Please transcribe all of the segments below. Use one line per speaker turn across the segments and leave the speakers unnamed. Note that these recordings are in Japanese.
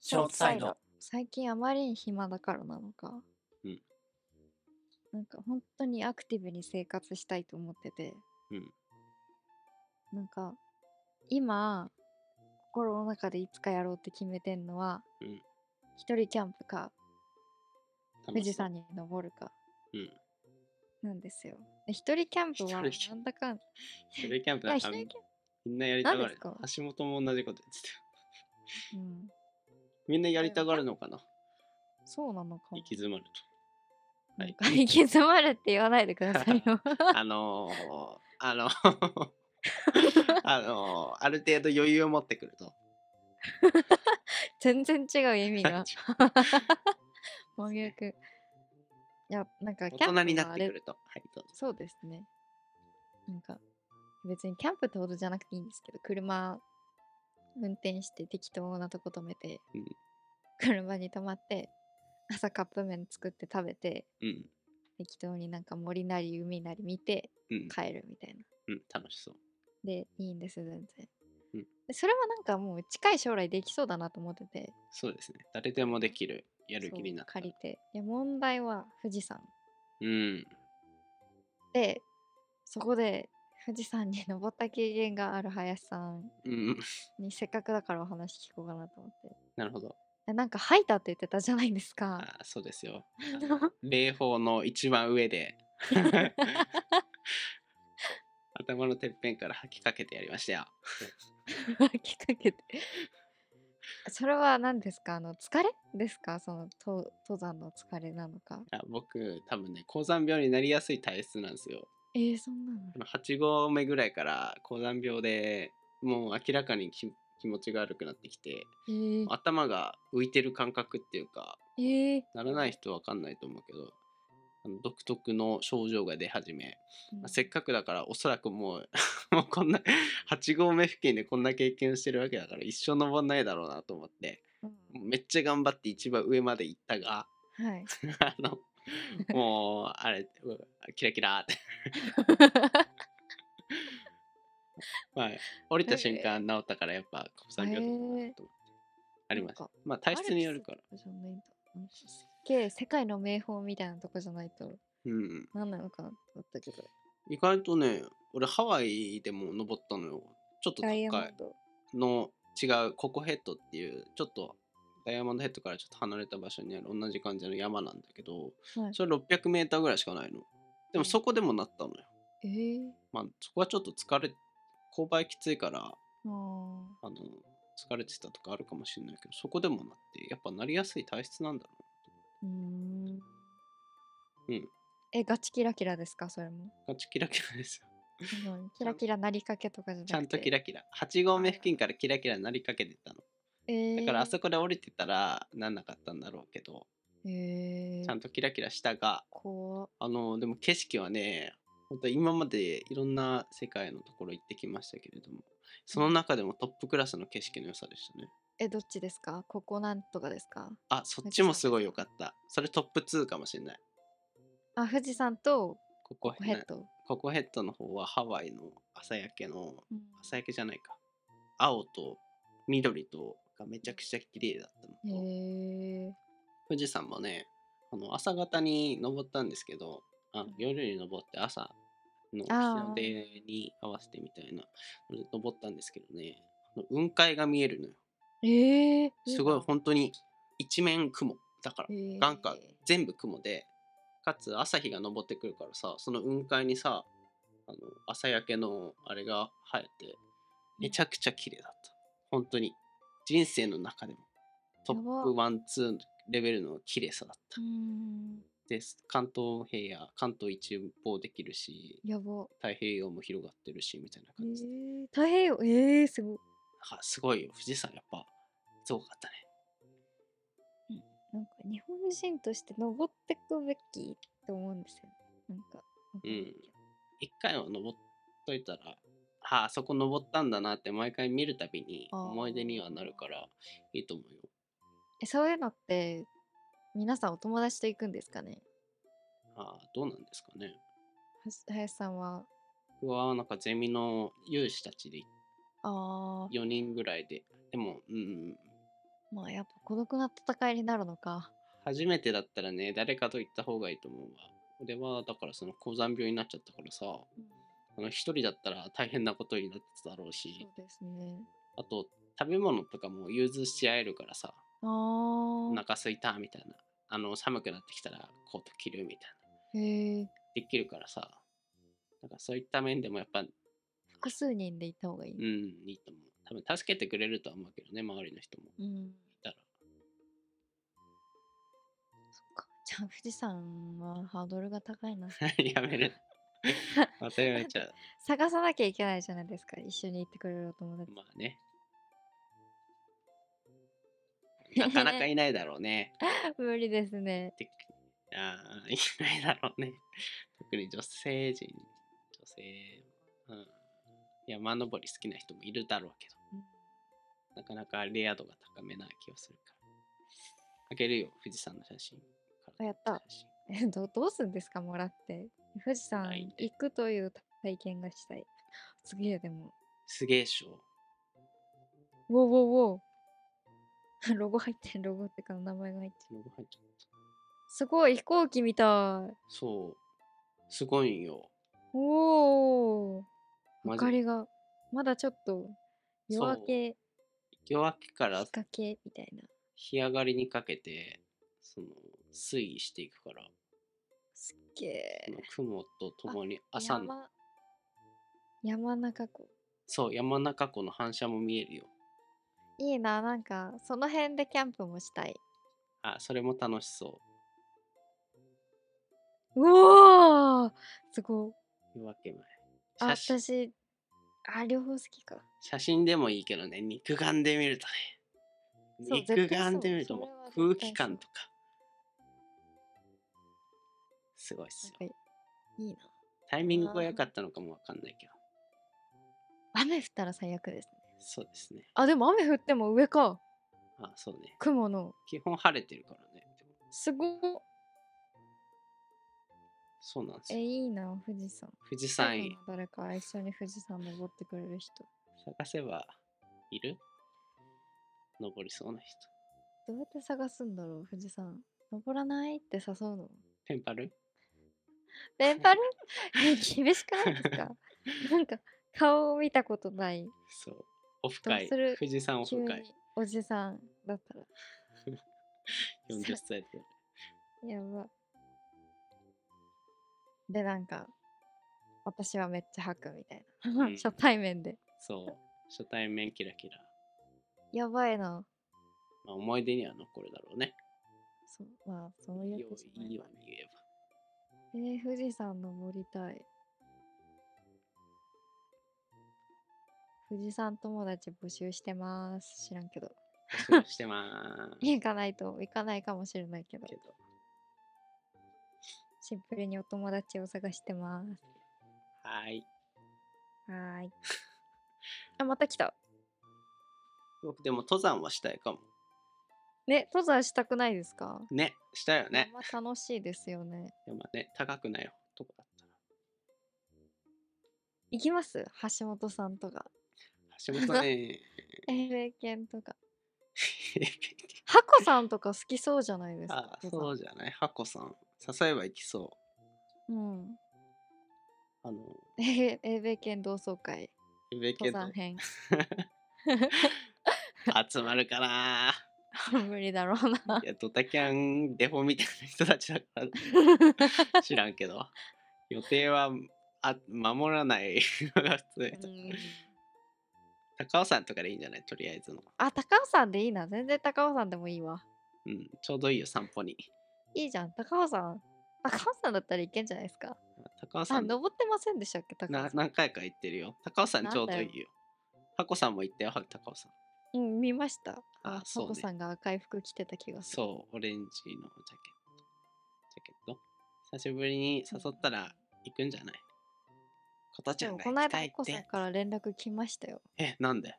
ショートサイド。
最近あまりに暇だからなのか、
うん
なんか本当にアクティブに生活したいと思ってて、
うん
なんか今心の中でいつかやろうって決めてんのは、
うん
一人キャンプか富士
楽し
山に登るか
そう。うん。
なんですよ。で一人キャンプは
一人キャ
な
ン
んだかんい
それキャンプ
や
だ
一
から
人キャン
みんなやりたが
何で
る
すか。
橋本も同じこと言ってたよ。
プ、うん、
みんなやりたがるのかな
そうなのかも
行き詰まると。はい。
行き詰まるって言わないでください よ。
あのー、あの あのー、ある程度余裕を持ってくると。。
全然違う意味が真逆。いや、なんか
大
キャンプ
人にな
は
っ
あ
て
れ
くると。はい、どうぞ。
そうですね。なんか、別にキャンプってほどじゃなくていいんですけど、車運転して適当なとこ止めて、
うん
車に泊まって、朝カップ麺作って食べて、
うん。
適当になんか森なり海なり見て
うん。
帰るみたいな。
うん、楽しそう。
で、いいんです、全然。
うん
でそれはなんかもう近い将来できそうだなと思ってて、
そうですね。誰でもできる。やる
そう
気になったら。
借りて。いや、問題は富士山。
うん。
で、そこで富士山に登った経験がある林さん
うん。
にせっかくだからお話聞こうかなと思って。
なるほど。
えなんか吐いたって言ってたじゃないです
あ
か。
ーそうですよ。あの霊峰の一番上で 頭のてっぺんから吐きかけてやりましたよ。
吐きかけて。それは何ですかあの疲れですかそのと登山の疲れなのか。
あ僕多分ね高山病になりやすい体質なんですよ。
えー、そんなの
あの8合目ぐらいから高山病でもう明らかにき気持ちが悪くなってきて
えー、
頭が浮いてる感覚っていうか
えー
ならない人わかんないと思うけどあの独特の症状が出始め
うん
まあせっかくだからおそらくもう もうこんな8合目付近でこんな経験をしてるわけだから一生登んないだろうなと思って
うん
めっちゃ頑張って一番上まで行ったが
はい。
あのもうあれうわキラキラーって、まあ、降りた瞬間治ったからやっぱ国産病だったなと思ってありま
な
す
んか
まあ体質によるから
アルプスとじゃないんだうんすっげえ世界の名峰みたいなとこじゃないと
うん
何なのかなと思ったけど。
意外とね俺ハワイでも登ったのよちょっと
ダ
高
イ
い
ヤモンド。
の違うココヘッドっていうちょっとダイヤモンドヘッドからちょっと離れた場所にある同じ感じの山なんだけど
はい
それ 600m ぐらいしかないのでもそこでもなったのよ
えー、
まあそこはちょっと疲れ勾配きついから
あー
あの疲れてたとかあるかもしれないけどそこでもなってやっぱなりやすい体質なんだろ
うーん。
うん
え、ガチキラキラですかそれ も。
うガチキラキ ラですよ
そのキラキラなりかけとかじゃなくて。
ちゃんとキラキラ8合目付近からキラキラなりかけてたの
えー、
だからあそこで降りてたらなんなかったんだろうけど
えー、
ちゃんとキラキラしたが
怖っ
あのでも景色はね本当今までいろんな世界のところ行ってきましたけれどもその中でもトップクラスの景色の良さでしたね
え、どっちですかここなんとかですか
あそっちもすごい良かったそれトップ2かもしれない
あ、富士山と
ここ
ヘッド。
ここヘッドの方はハワイの朝焼けの
うん
朝焼けじゃないか青と緑とがめちゃくちゃ綺麗だった
え
のと、
ー、
富士山もねあの朝方に登ったんですけどあ
うん
夜に登って朝の日
あー
の出に合わせてみたいなので登ったんですけどねあの雲海が見えるのよ
えー、
すごい本当に一面雲だから
に
なんか全部雲でかつ朝日が昇ってくるからさその雲海にさあの朝焼けのあれが生えてめちゃくちゃ綺麗だった本当に人生の中でもトップ
や
ワンツーレベルの綺麗さだった
うーん、
です関東平野関東一望できるし
やば。
太平洋も広がってるしみたいな
え
感じで、
ー、太平洋、えー、すごい。
なんかすごいよ富士山やっぱすごかったね
なんか日本人として登ってくべきと思うんですよね。なんか。わかんないけど
一回は登っといたら、はあそこ登ったんだなって毎回見るたびに
あー
思い出にはなるからいいと思うよ。
え、そういうのって、皆さんお友達と行くんですかね
ああどうなんですかね。
はし林さんは。
僕はなんかゼミの有志たちで
ああ、
4人ぐらいで、でも、うん、
まあやっぱ孤独な戦いになるのか。
初めてだったらね、誰かと行った方がいいと思うわ。俺は、だからその高山病になっちゃったからさ、あの一人だったら大変なことになってただろう
そ
し
う、ですね。
あと、食べ物とかも融通し合えるからさ、
あ
お
あ。
腹すいたみたいな、あの、寒くなってきたらコート着るみたいな、
へえ。
できるからさ、なんかそういった面でもやっぱ、うん、
複数人で行った方がいい。
いいと思う。多分助けてくれるとは思うけどね、周りの人も。
うん。
いたら。
そっか。じゃあ富士山はハードルが高いな。
やめる。またやめちゃう。
探さなきゃいけないじゃないですか。一緒に行ってくれるお友達。
まあね。なかなかいないだろ うね。
無理ですね。
てあーいないだろうね。特に女性人、女性、うん、山登り好きな人もいるだろうけ
うん
ど、なかなかレア度が高めな気がするから。あげるよ、富士山の写真。
あやった
写真。
えどうどうするんですかもらって。富士山
ないんで
行くという体験がしたい。すげえでも。
すげえっしょ。
ウォーウォーウォー。 ロゴ入ってるロゴってか名前が入ってる。
ロゴ入っちゃった
すごい飛行機みたい。
そう。すごいんよ。
おお。明
マジ
かりがまだちょっと夜明け
夜明けから
日陰みたいな。
日上がりにかけて、その、推移していくから、
すっげえ
そ。の雲と共に朝の、
山山中湖。
そう、山中湖の反射も見えるよ。
いいな、なんかその辺でキャンプもしたい。
あ、それも楽しそう
わーすごい。
う。夜明け前。
あ、
写真
私、あ、両方好きか。
写真でもいいけどね、肉眼で見ると
そう
ね。
絶対
肉眼で見る
そ
と
う
もう
それは
空
絶対
気感とか。すごいっすよ。
なんかいいな。
タイミングが良かったのかもわかんないけど。
雨降ったら最悪ですね。
そうですね。
あ、でも雨降っても上か。
あ、そうね。
雲の。
基本晴れてるからね。
すごい。
そうなんです
え、
よ。
いいな、富士山。
富士山
最後の誰か一緒に富士山登ってくれる人。
探せばいる登りそうな人。
どうやって探すんだろう、富士山。登らないって誘う の。
ペンパル
レンタルえ厳しくないです かなんか、顔を見たことない。
そう。オフ会
どうする。
富士山オ
急
フ会。
におじさんだったら。
40歳で。
やば。で、なんか、私はめっちゃ吐くみたいな。
うん
初対面で。
そう。初対面キラキラ。
やばいな。
まあ、思い出には残るだろうね。
そう、まあ、そう
いい
いう
よ
ことじゃない
いいよ
わ
うに言えば。
えー、富士山登りたい。富士山友達募集してます。知らんけど。
募集してまーす。
行かないと、行かないかもしれないけど
け。ど、
シンプルにお友達を探してます。
はーい。
はーい。あ、また来た。
僕でも登山はしたいかも。
ね、登山したくないですか
ね、したよね。
山楽しいですよね。
でもね、高くないとこだったら。
行きます橋本さんとか、
橋 本ね、
英霊犬とか。
ペンキ
ハコさんとか好きそうじゃないです
あ
か。登
ー、そ
山。
うじゃない。ハコさん。誘えば行きそう
ん。
う。あの、
え英霊犬同窓会、
上家
登
の
山編。
集まるかな
無理だろ うな。
いや、ドタキャン、デフォみたいな人たちだか ら知らんけど。予定はあ守らないのが普通の人
うん
高尾山とかでいいんじゃないとりあえずの。
あ、高尾山でいいな。全然高尾山でもいいわ。
うん、ちょうどいいよ、散歩に。
いいじゃん。高尾山。高尾山だったらいけんじゃないですか。
高尾
あ、
山
登ってませんでしたっけ、高尾
な
山。
何回か行ってるよ。高尾山
なん
ち
だ
ょ
よ
うどいいよ。ハコさんも行ったよ、高尾山。
うん、見ました。
あ、
ハ
そう
コ
ね。
さんが赤い服着てた気がする。
そう、オレンジのジャケット。ジャケット久しぶりに誘ったら行くんじゃないことち
で
ゃん
も
が
こ
行
の間、
きたい
ハ
っ
コさん
て。
から連絡来ましたよ。
え、なんで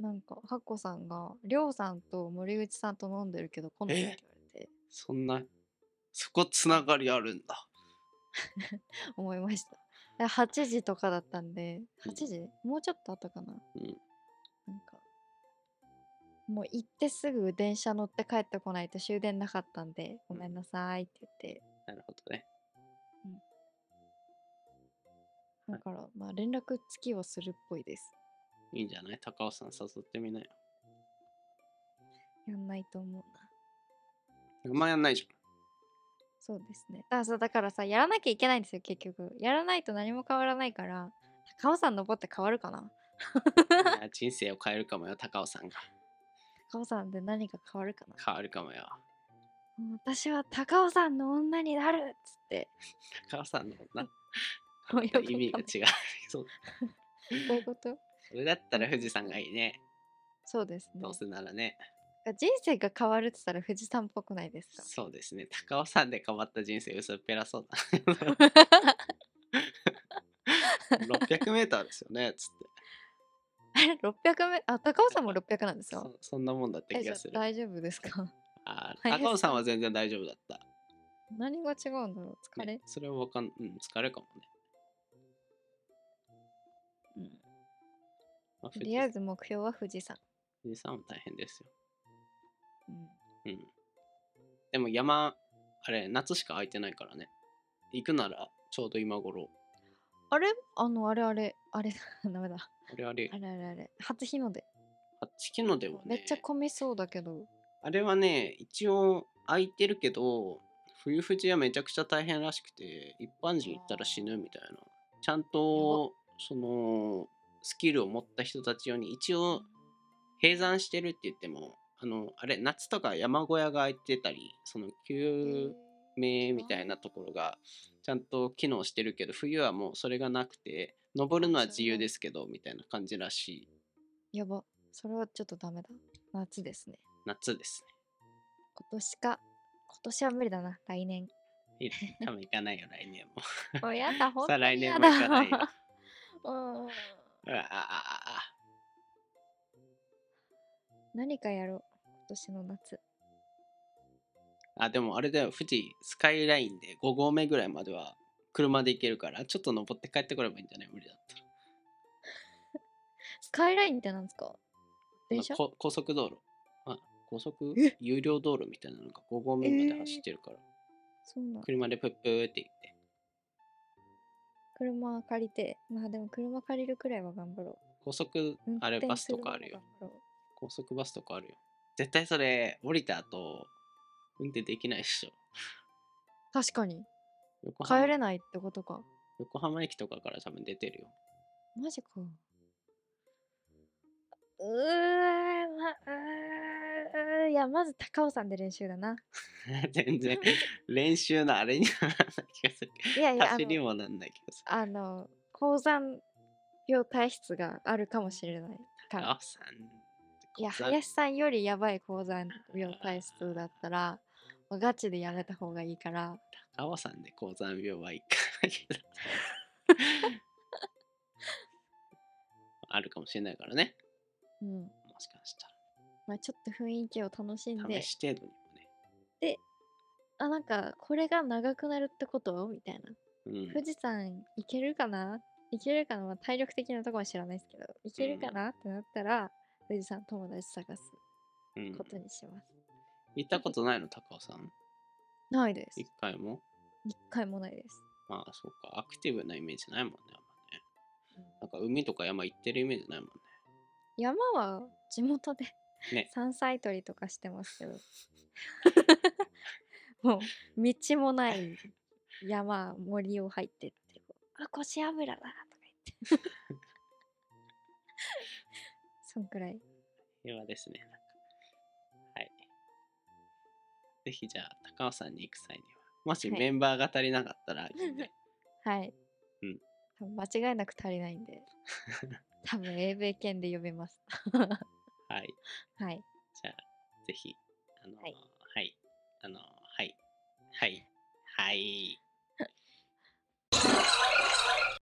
なんか、ハコさんが、りょうさんと森口さんと飲んでるけど、来ないって言われて、
そんな、そこつながりあるんだ。
思いました。で8時とかだったんで、
うん
8時もうちょっと後かな。
うん
なんか、もう行ってすぐ電車乗って帰ってこないと終電なかったんで、ごめんなさいって言って、
なるほどね。
だから、まあ連絡付きをするっぽいです。
いいんじゃない高尾さん誘ってみなよ。
やんないと思うな。
まあやんないじ
そうですね。あ、そうだからさ、やらなきゃいけないんですよ、結局。やらないと何も変わらないから、高尾山登って変わるかな
ゃん。いや人生を変えるかもよ、高尾さんが。
高尾山で何か変わるかな
変わるかもよ。
もう私は高尾山の女になるっつって。
高尾さんのな
もうよくわかん
意 味が違う。そう
どういうこと
それだったら富士山がいいね。
そうですね
どう。せならね。
人生が変わるって言ったら富士山っぽくないですか
そうですね。高尾山で変わった人生薄っぺらそうだ。600メーターですよね、つって。
あれ600メあ高尾山も600なんですよ。
そそんなもんだった
え
気
じゃ
が
あ
する。
大丈夫ですか
あー
大変
高尾さんは全然大丈夫だった。
何が違うんだろう疲れ、
ね、それはわかん、うん、疲れかもね。
うん
まあ
と
富士
りあえず目標は富士山。
富士山は大変ですよ。
うん
うん。でも山、あれ、夏しか空いてないからね。行くならちょうど今頃。
あれあのあれあれあれ ダメだ。
あれあれ
あ、れあれあれ初日の出。
八木のでは
め
ね。
っちゃ混みそうだけど。
あれはね、一応空いてるけど、冬富士はめちゃくちゃ大変らしくて、一般人行ったら死ぬみたいな。ちゃんと、その、スキルを持った人たち用に、一応、閉山してるって言っても、あの、あれ、夏とか山小屋が空いてたり、その、休めみたいなところがちゃんと機能してるけど冬はもうそれがなくて登るのは自由ですけどみたいな感じらしい
やば。それはちょっとダメだ。夏ですね。
夏です
今年か。今年は無理だな。来 年。
ねいい多分行かないよ来年も
もうやだ、本当
再来
にや
年も行
だ
かないよ。
うん
うわああああ
何かやろう。今年の夏。
あでもあれだよ富士スカイラインで5合目ぐらいまでは車で行けるからちょっと登って帰ってこればいいんじゃない無理だったら
スカイラインってなんですか電車
あこ高速道路あ高速
え
有料道路みたいなのが5合目まで走ってるから、
そんな
車でプップーって行って
車借りてまあでも車借りるくらいは頑張ろ
高速
う運
あれ
転
バス
す
と
の
か
も
あるよ
頑張ろ
高速バスとかあるよ。絶対それ、降りた後、運転できないっしょ。
う確かに
横浜
帰れないってことか
横浜駅とかから多分出てるよ。
マジかうーまうーいやまず高尾山で練習だ な
全然、 練習のあれにはならない気がする。
いやいやあ
走り
の
もなんない気がする。
あの高山病体質があるかもしれないから
あ、さん。
いや、
高山
林さんよりやばい高山病体質だったら、もうガチでやめた方がいいから、
高尾山で高山病は一回だ。あるかもしれないからね。
うん。
もしかした
まあちょっと雰囲気を楽しん
ら。
で
試、し程度にもね。
あ、なんか、これが長くなるってことみたいな。
うん、
富士山行けるかな行けるかな、まあ、体力的なとこは知らないですけど、行けるかなってなったら、富士山友達探す
うん
ことにします。
行ったことないの、高尾さん。
ないです。
一回も。
一回もないです。
まあそうか、アクティブなイメージないもんね。あんま
うん
ねなんか海とか山行ってるイメージないもんね。
山は地元で
ね
山菜採りとかしてます けどもう道もない山森を入ってってあ腰油だとか言って そんくらい
平和ですね。なんかはい。ぜひじゃあ、高尾山に行く際には、もし
はい
メンバーが足りなかったら、 ね
はい、
うん
多分間違いなく足りないん で多分英米圏で呼べます
はい。
はい
じゃあ、ぜひ